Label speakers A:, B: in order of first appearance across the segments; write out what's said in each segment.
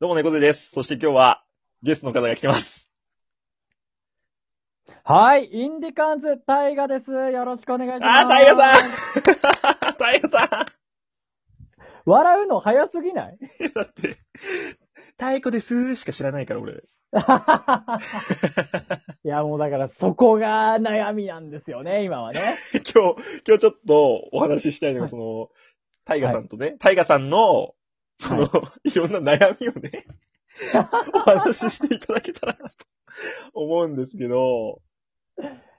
A: どうも、猫背です。そして今日は、ゲストの方が来てます。
B: はい、インディカンズ、タイガです。よろしくお願いします。
A: あー、タイヤさ
B: ん
A: んタイヤさ
B: 笑うの早すぎない
A: んだって、太鼓ですーしか知らないから、俺。
B: いや、もうだからそこが悩みなんですよね、今はね。
A: 今日、今日ちょっとお話ししたいのが、
B: はい
A: その、タイガさんとね、タイガさんの、その、い、ろんな悩みをね、お話ししていただけたらなと思うんですけど、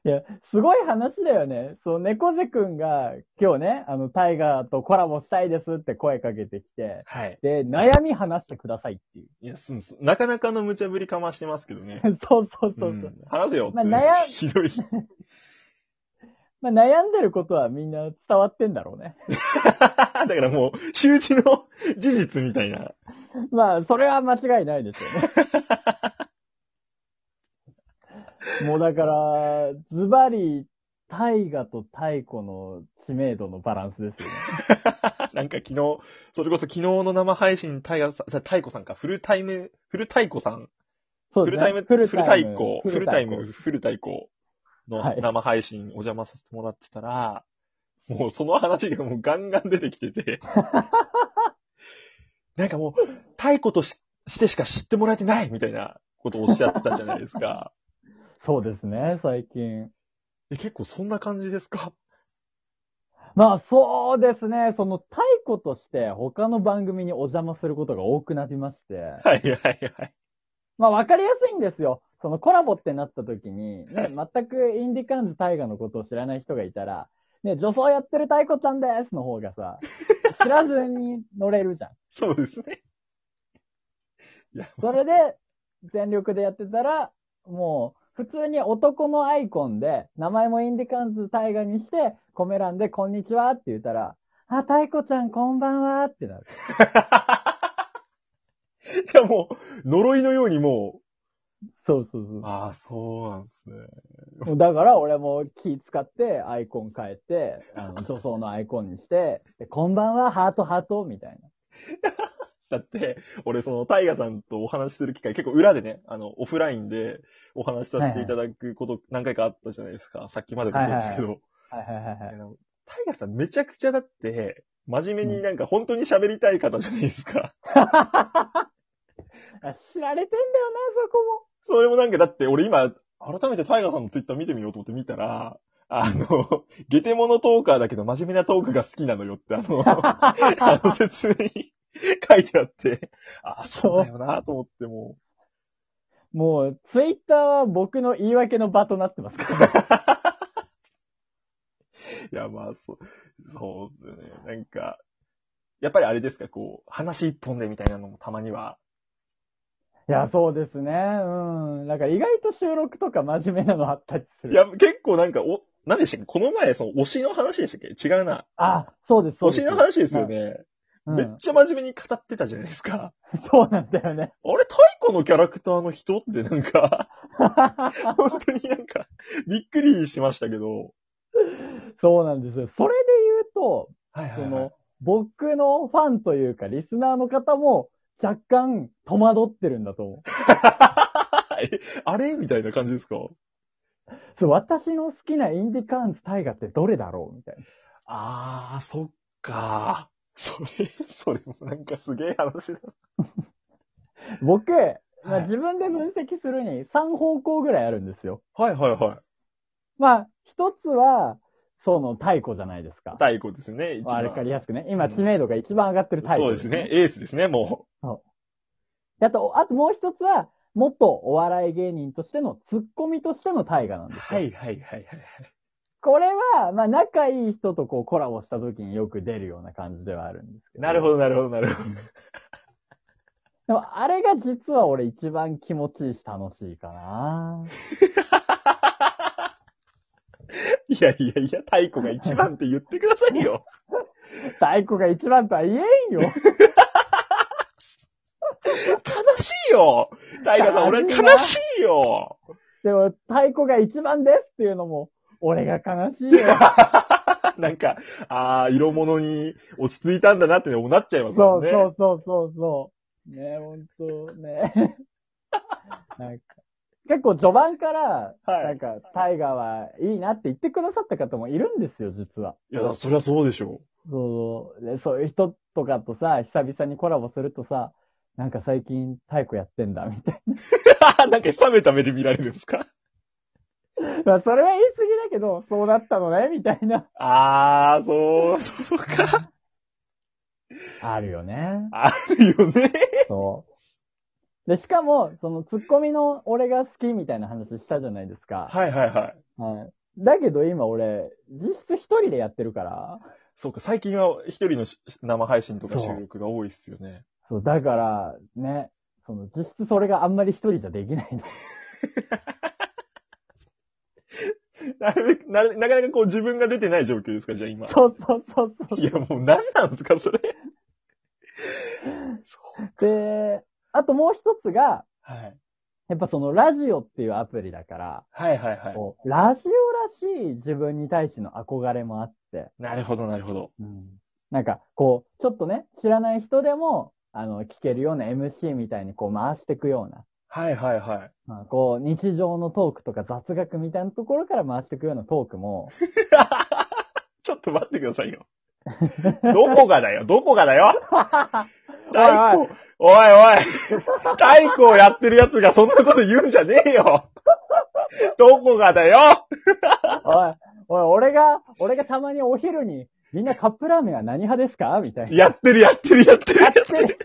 B: いや、すごい話だよね。そう、猫背くんが今日ね、あの、タイガとコラボしたいですって声かけてきて、
A: はい。
B: で、悩み話してくださいっていう。
A: いや、すんすなかなかの無茶ぶりかましてますけどね。
B: そう そうそううそう。
A: ん、話せよって、
B: まあ悩
A: ひどい。
B: まあ、悩んでることはみんな伝わってんだろうね。
A: だからもう、周知の事実みたいな。
B: まあ、それは間違いないで すよね。もうだから、ズバリ、大河と太古の知名度のバランスですよね。
A: なんか昨日、それこそ昨日の生配信、タイガさん、タイコさんか、フルタイム、フルタイコさん、
B: そ
A: フルタイム、フルタイコ、フルタイム、
B: ム。
A: フルタイコの
B: はい
A: 生配信お邪魔させてもらってたら、もうその話がもうガンガン出てきて て、なんかもう、タイコとししてしか知ってもらえてないみたいなことをおっしゃってたじゃないですか。
B: そうですね、最近。
A: え結構そんな感じですか
B: まあそうですね、その太古として他の番組にお邪魔することが多くなりまして、
A: はいはいはい。
B: まあわかりやすいんですよ。そのコラボってなった時に、
A: は
B: ね、全くインディカンズ大河のことを知らない人がいたら、ね、女装やってる太鼓ちゃんですの方が さ、知らずに乗れるじゃん。
A: そうですね。いや、
B: それで、全力でやってたら、もう、普通に男のアイコンで、名前もインディカンズ大河にして、コメ欄でこんにちはって言ったら、あ、太鼓ちゃんこんばんはってなる。
A: じゃあもう、呪いのようにも
B: そうそうそう
A: う、。ああ、そうなんですね。
B: もうだから俺も気使ってアイコン変えて、あの、女装のアイコンにして、でこんばんは、ハートハート、みたい
A: だって、俺その、タイガさんとお話しする機会、結構裏でね、あの、オフラインでお話しさせていただくこと何回かあったじゃないですか。さっきまでもそうですけど。
B: な。はいはいはいはい。
A: あのタイガさんめちゃくちゃだって、真面目になんか本当に喋りたい方じゃないですか。
B: あ知られてんだよな、そこ
A: それもなんか、だって俺今、改めてタイガーさんのツイッター見てみようと思って見たら、あの、ゲテモノトーカーだけど真面目なトークが好きなのよって、あ の、あの説明に書いてあって、あ、そうだよなと思っても
B: も。もう、ツイッターは僕の言い訳の場となってます から。
A: う、いや、まあ、そう、そうですよね。なんか、やっぱりあれですか、こう、話一本でみたいなのもたまには。
B: いや、そうですね。うん。なんか意外と収録とか真面目なのあったりす
A: い
B: る。
A: や、結構なんか、お、何でしたっけこの前、その、推しの話でしたっけ違うな。
B: あ、そうです、そうで
A: 推
B: す。
A: しの話ですよね。
B: う
A: めっ
B: ん。
A: ちゃ真面目に語ってたじゃないですか。
B: そうなんだよね。
A: あれ、太古のキャラクターの人ってなん か、本当になんか、びっくりしましたけど。
B: そうなんですよ。それで言うと、
A: はい
B: その、僕のファンというか、リスナーの方も、若干、戸惑ってるんだと思う。
A: い。 えあれみたいな感じですか
B: そう私の好きなインディカーンズ大河ってどれだろうみたいな。
A: あー、そっか。それ、それもなんかすげえ話だ。
B: 僕、まあ
A: はい
B: 自分で分析するに3方向ぐらいあるんですよ。
A: はいはいはい。
B: まあ、一つは、その、太古じゃないですか。
A: 太古ですね、一
B: まあ
A: 番。
B: わかりやすくね。今、知名度が一番上がってる太
A: そ
B: 古、
A: うですね。。エースですね、も
B: であと、あともう一つは、元お笑い芸人としての、ツッコミとしての大河なん
A: う。
B: ですよ。
A: はいはいはいはい。
B: これは、まあ、仲いい人とこうコラボした時によく出るような感じではあるんですけど。
A: なるほどなるほどなるほど。
B: でも、あれが実は俺一番気持ちいいし楽しいかな。
A: いやいやいや、太古が一番って言ってくださいよ。
B: 太鼓が一番とは言えんよ。
A: 悲しいよ太古さん、俺悲しいよ
B: でも、太鼓が一番ですっていうのも、俺が悲 しいよ。
A: なんか、ああ、色物に落ち着いたんだなって思っちゃいます
B: そ
A: もん
B: う
A: ね。
B: そうそうそうそねえ、ほんと、ね え。なんか、結構序盤から、
A: はい
B: なんか、タイガーはいいなって言ってくださった方もいるんですよ、実は。
A: いや、だからそりゃそうでしょ。
B: そう、でそういう人とかとさ、久々にコラボするとさ、なんか最近、太鼓やってんだ、みたいう
A: なんか冷めた目で見られるんですか
B: な。まあ、それは言い過ぎだけど、そうだったのね、みたいな。
A: あー、そう、そうそうか。
B: あるよね。
A: あるよね。
B: そう。で、しかも、その、ツッコミの俺が好きみたいな話したじゃないですか。
A: はいはいはい。
B: はい。だけど今俺、実質一人でやってるから。
A: そうか、最近は一人のし生配信とか収録が多いっすよね。
B: そう、だから、ね、その、実質それがあんまり一人じゃできないの。
A: なるべくなるなかなかこう自分が出てない状況ですか、じゃあ 今。
B: そうそうそうそう。
A: いや、もう何なんですか、それ。 そう。
B: で、あともう一つが、
A: はい。
B: やっぱその、ラジオっていうアプリだから、
A: はいはいは
B: こうラジオらしい自分に対しての憧れもあって、
A: い。なるほど、なるほど。
B: なんか、こう、ちょっとね、知らない人でも、あの、聞けるような MC みたいにこう回していくような、
A: はいはいはい。
B: まあ、こう、日常のトークとか雑学みたいなところから回していくようなトークも、
A: ちょっと待ってくださいよ。どこがだよ、どこがだよ。太鼓、 おいおい、太鼓をやってる奴がそんなこと言うんじゃねえよ。どこがだよ。
B: おい、おい、俺が、俺がたまにお昼に、みんなカップラーメンは何派ですかみたいな。
A: やってるやってるやってるやってる。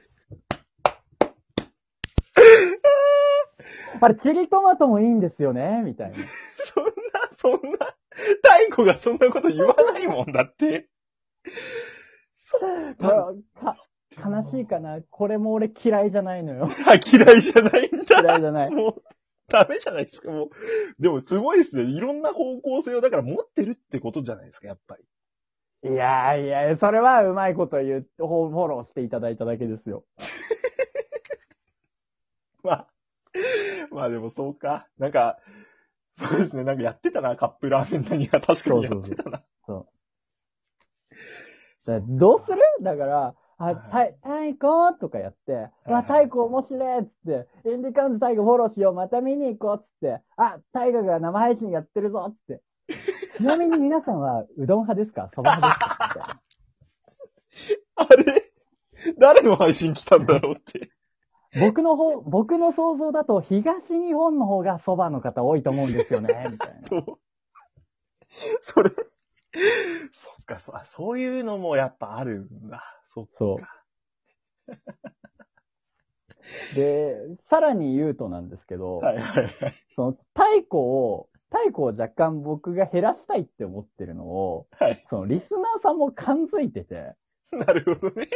B: あれ、チリトマトもいいんですよねみたいな。
A: そんな、そんな、太鼓がそんなこと言わないもんだって。
B: まあか悲しいかな。これも俺嫌いじゃないのよ。
A: あ、嫌いじゃないんだ。
B: 嫌いじゃない。
A: もう、ダメじゃないですか、もう。でも、すごいですね。いろんな方向性を、だから持ってるってことじゃないですか、やっぱり。
B: いやいや、それはうまいこと言う、フォフォローしていただいただけですよ。
A: まあ、まあでもそうか。なんか、そうですね、なんかやってたな、カップラーメン何が確かにやってたな。
B: だどうするだから、
A: は
B: あ、
A: い
B: 太太鼓とかやって、
A: は
B: わ、
A: いはい
B: 太鼓面白いっつって、インディカンズ太鼓フォローしよう、また見に行こうっつって、あ、太鼓が生配信やってるぞっつって。ちなみに皆さんは、うどん派ですかそば派ですかみたい
A: あ
B: な
A: れ誰の配信来たんだろうって。
B: 僕の方、僕の想像だと、東日本の方がそばの方多いと思うんですよね、みたいな。
A: そう。それ、そっか、そあそういうのもやっぱあるんだ。そう
B: そう。 で、さらに言うとなんですけど、
A: はいはい はい。
B: その太鼓を、太鼓を若干僕が減らしたいって思ってるのを、
A: はい。
B: そのリスナーさんも感づいてて、
A: なるほどね。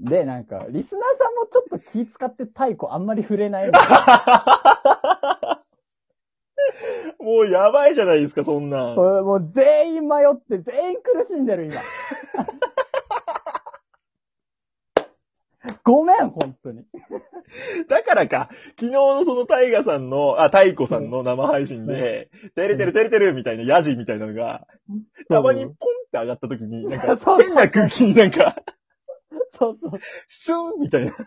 B: で、なんか、リスナーさんもちょっと気使って太鼓あんまり触れないみたいな。
A: もうやばいじゃないです か、そんなん。
B: それもう全員迷って、全員苦しんでる 今。ごめん、本当に。
A: だからか、昨日のそのタイガさんの、あ、タイコさんの生配信で、てれてるてれてるみたいなヤジみたいなのが、たまにポンって上がった時に、なんか、
B: そう
A: 変な空気になんか、
B: そうそう。
A: スーンみたいな、なんか。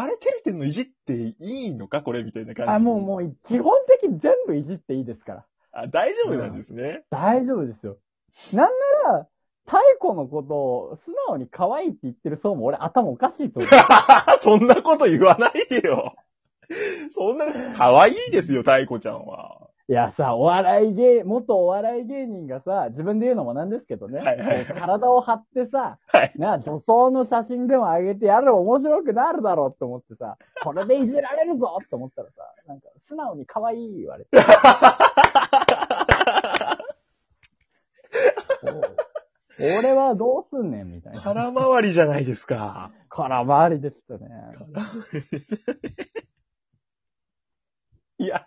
A: あれ、てれてるのいじっていいのかこれみたいな感じ。
B: あ、もうもう、基本的に全部いじっていいですから。
A: あ、大丈夫なんですね。
B: 大丈夫ですよ。なんなら、太鼓のことを素直に可愛いって言ってる層も俺頭おかしいと思
A: そんなこと言わないでよ。そんな、可愛いですよ、タイコちゃんは。
B: う。いやさ、お笑い芸、元お笑い芸人がさ、自分で言うのもなんですけどね、
A: はいはい
B: こう体を張ってさ、
A: はい
B: な、女装の写真でも上げてやる面白くなるだろうって思ってさ、これでいじられるぞって思ったらさ、なんか素直に可愛い言われて。そう俺はどうすんねんみたいな。
A: 空回りじゃないですか。
B: 空回りでしたね。
A: いや、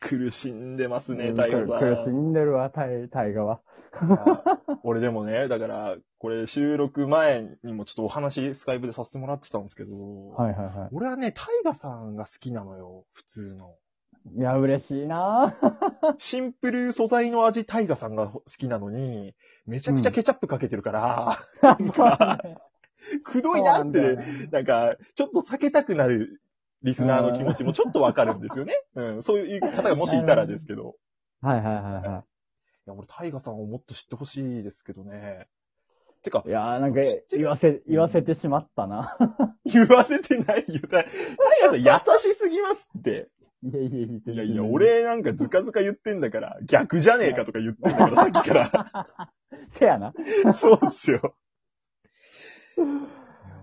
A: 苦しんでますね、
B: うん
A: 太陽さ
B: 苦し
A: ん。
B: んでるわ、タイ、タイガは。
A: 俺でもね、だから、これ収録前にもちょっとお話、スカイプでさせてもらってたんですけど、
B: はいはいは
A: 俺はね、タイガさんが好きなのよ、普通の。
B: い。いや、嬉しいな ぁ
A: シンプル素材の味タイガさんが好きなのに、めちゃくちゃケチャップかけてるから、なんか く
B: そ
A: ど
B: う
A: いな
B: な
A: っ
B: ん
A: て、
B: だ
A: な
B: よ
A: ん
B: ね
A: か、ちょっと避けたくなるリスナーの気持ちもちょっとわかるんですよね。うん、そういう方がもしいたらですけど。
B: はいはいはいはい
A: や、俺、タイガさんをもっと知ってほしいですけどね。てか
B: い。い、やーなんか言わせ、言わせてしまったな。
A: 言わせてないよ。タイタイガさん優しすぎますって。
B: いやいやいや。
A: いやいや、。俺なんかずかずか言ってんだから、逆じゃねえかとか言ってんだから、さっき か
B: せやな。
A: ら。そうっすよ。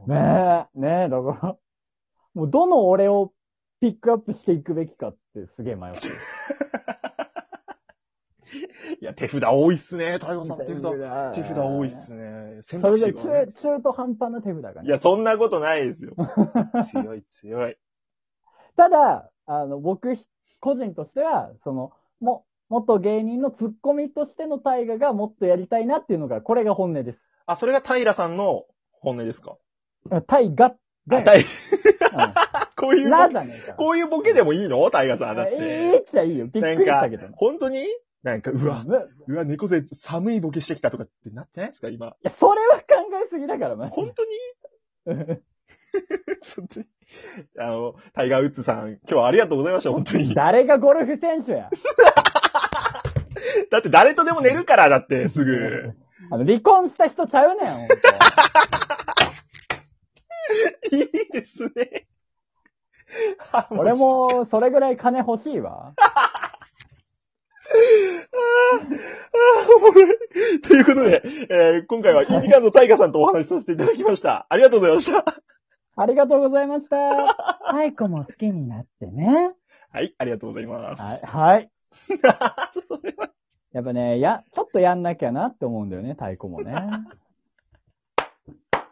B: ねえ、ねえ、だから、もうどの俺をピックアップしていくべきかってすげえ迷 ってる。
A: いや、手札多いっすね。タイガさん、手札、手札多いっ
B: ね。
A: すね。選
B: そ
A: 択
B: れ
A: 肢
B: で
A: がね
B: 中、中途半端な手札が
A: い
B: ね。
A: や、そんなことないです よ。強い、強い。
B: ただ、あの、僕、個人としては、その、も、元芸人のツッコミとしての大河がもっとやりたいなっていうのが、これが本音です。
A: あ、それが平さんの本音ですか
B: 大河が、
A: あ、タイ、
B: う
A: こうい
B: ん
A: う
B: ラ
A: ボ
B: じゃねえか。
A: こういうボケでもいいのタイガさん。だって。
B: いいっちゃいいよ。びっくりしたけど。
A: 本当になんか、うわ、
B: ねいう
A: わ、猫背寒いボケしてきたとかってなってないですか今。
B: や、それは考えすぎだから、マジで
A: 本当に
B: うん
A: そっち。あの、タイガー・ウッズさん、今日はありがとうございました、本当に。
B: 誰がゴルフ選手や。
A: だって誰とでも寝るから、だって、す ぐ。
B: あの、離婚した人ちゃうねん、ほんと
A: いいですね。あ
B: 俺。も、それぐらい金欲しいわ。
A: あーあー、おもろい ということで、えー今回はインディカンのタイガさんとお話しさせていただきました。ありがとうございました。
B: ありがとうございました。太鼓も好きになってね。
A: はい、ありがとうございます。
B: はい、 はい。
A: それは
B: やっぱね、や、ちょっとやんなきゃなって思うんだよね、太鼓もね。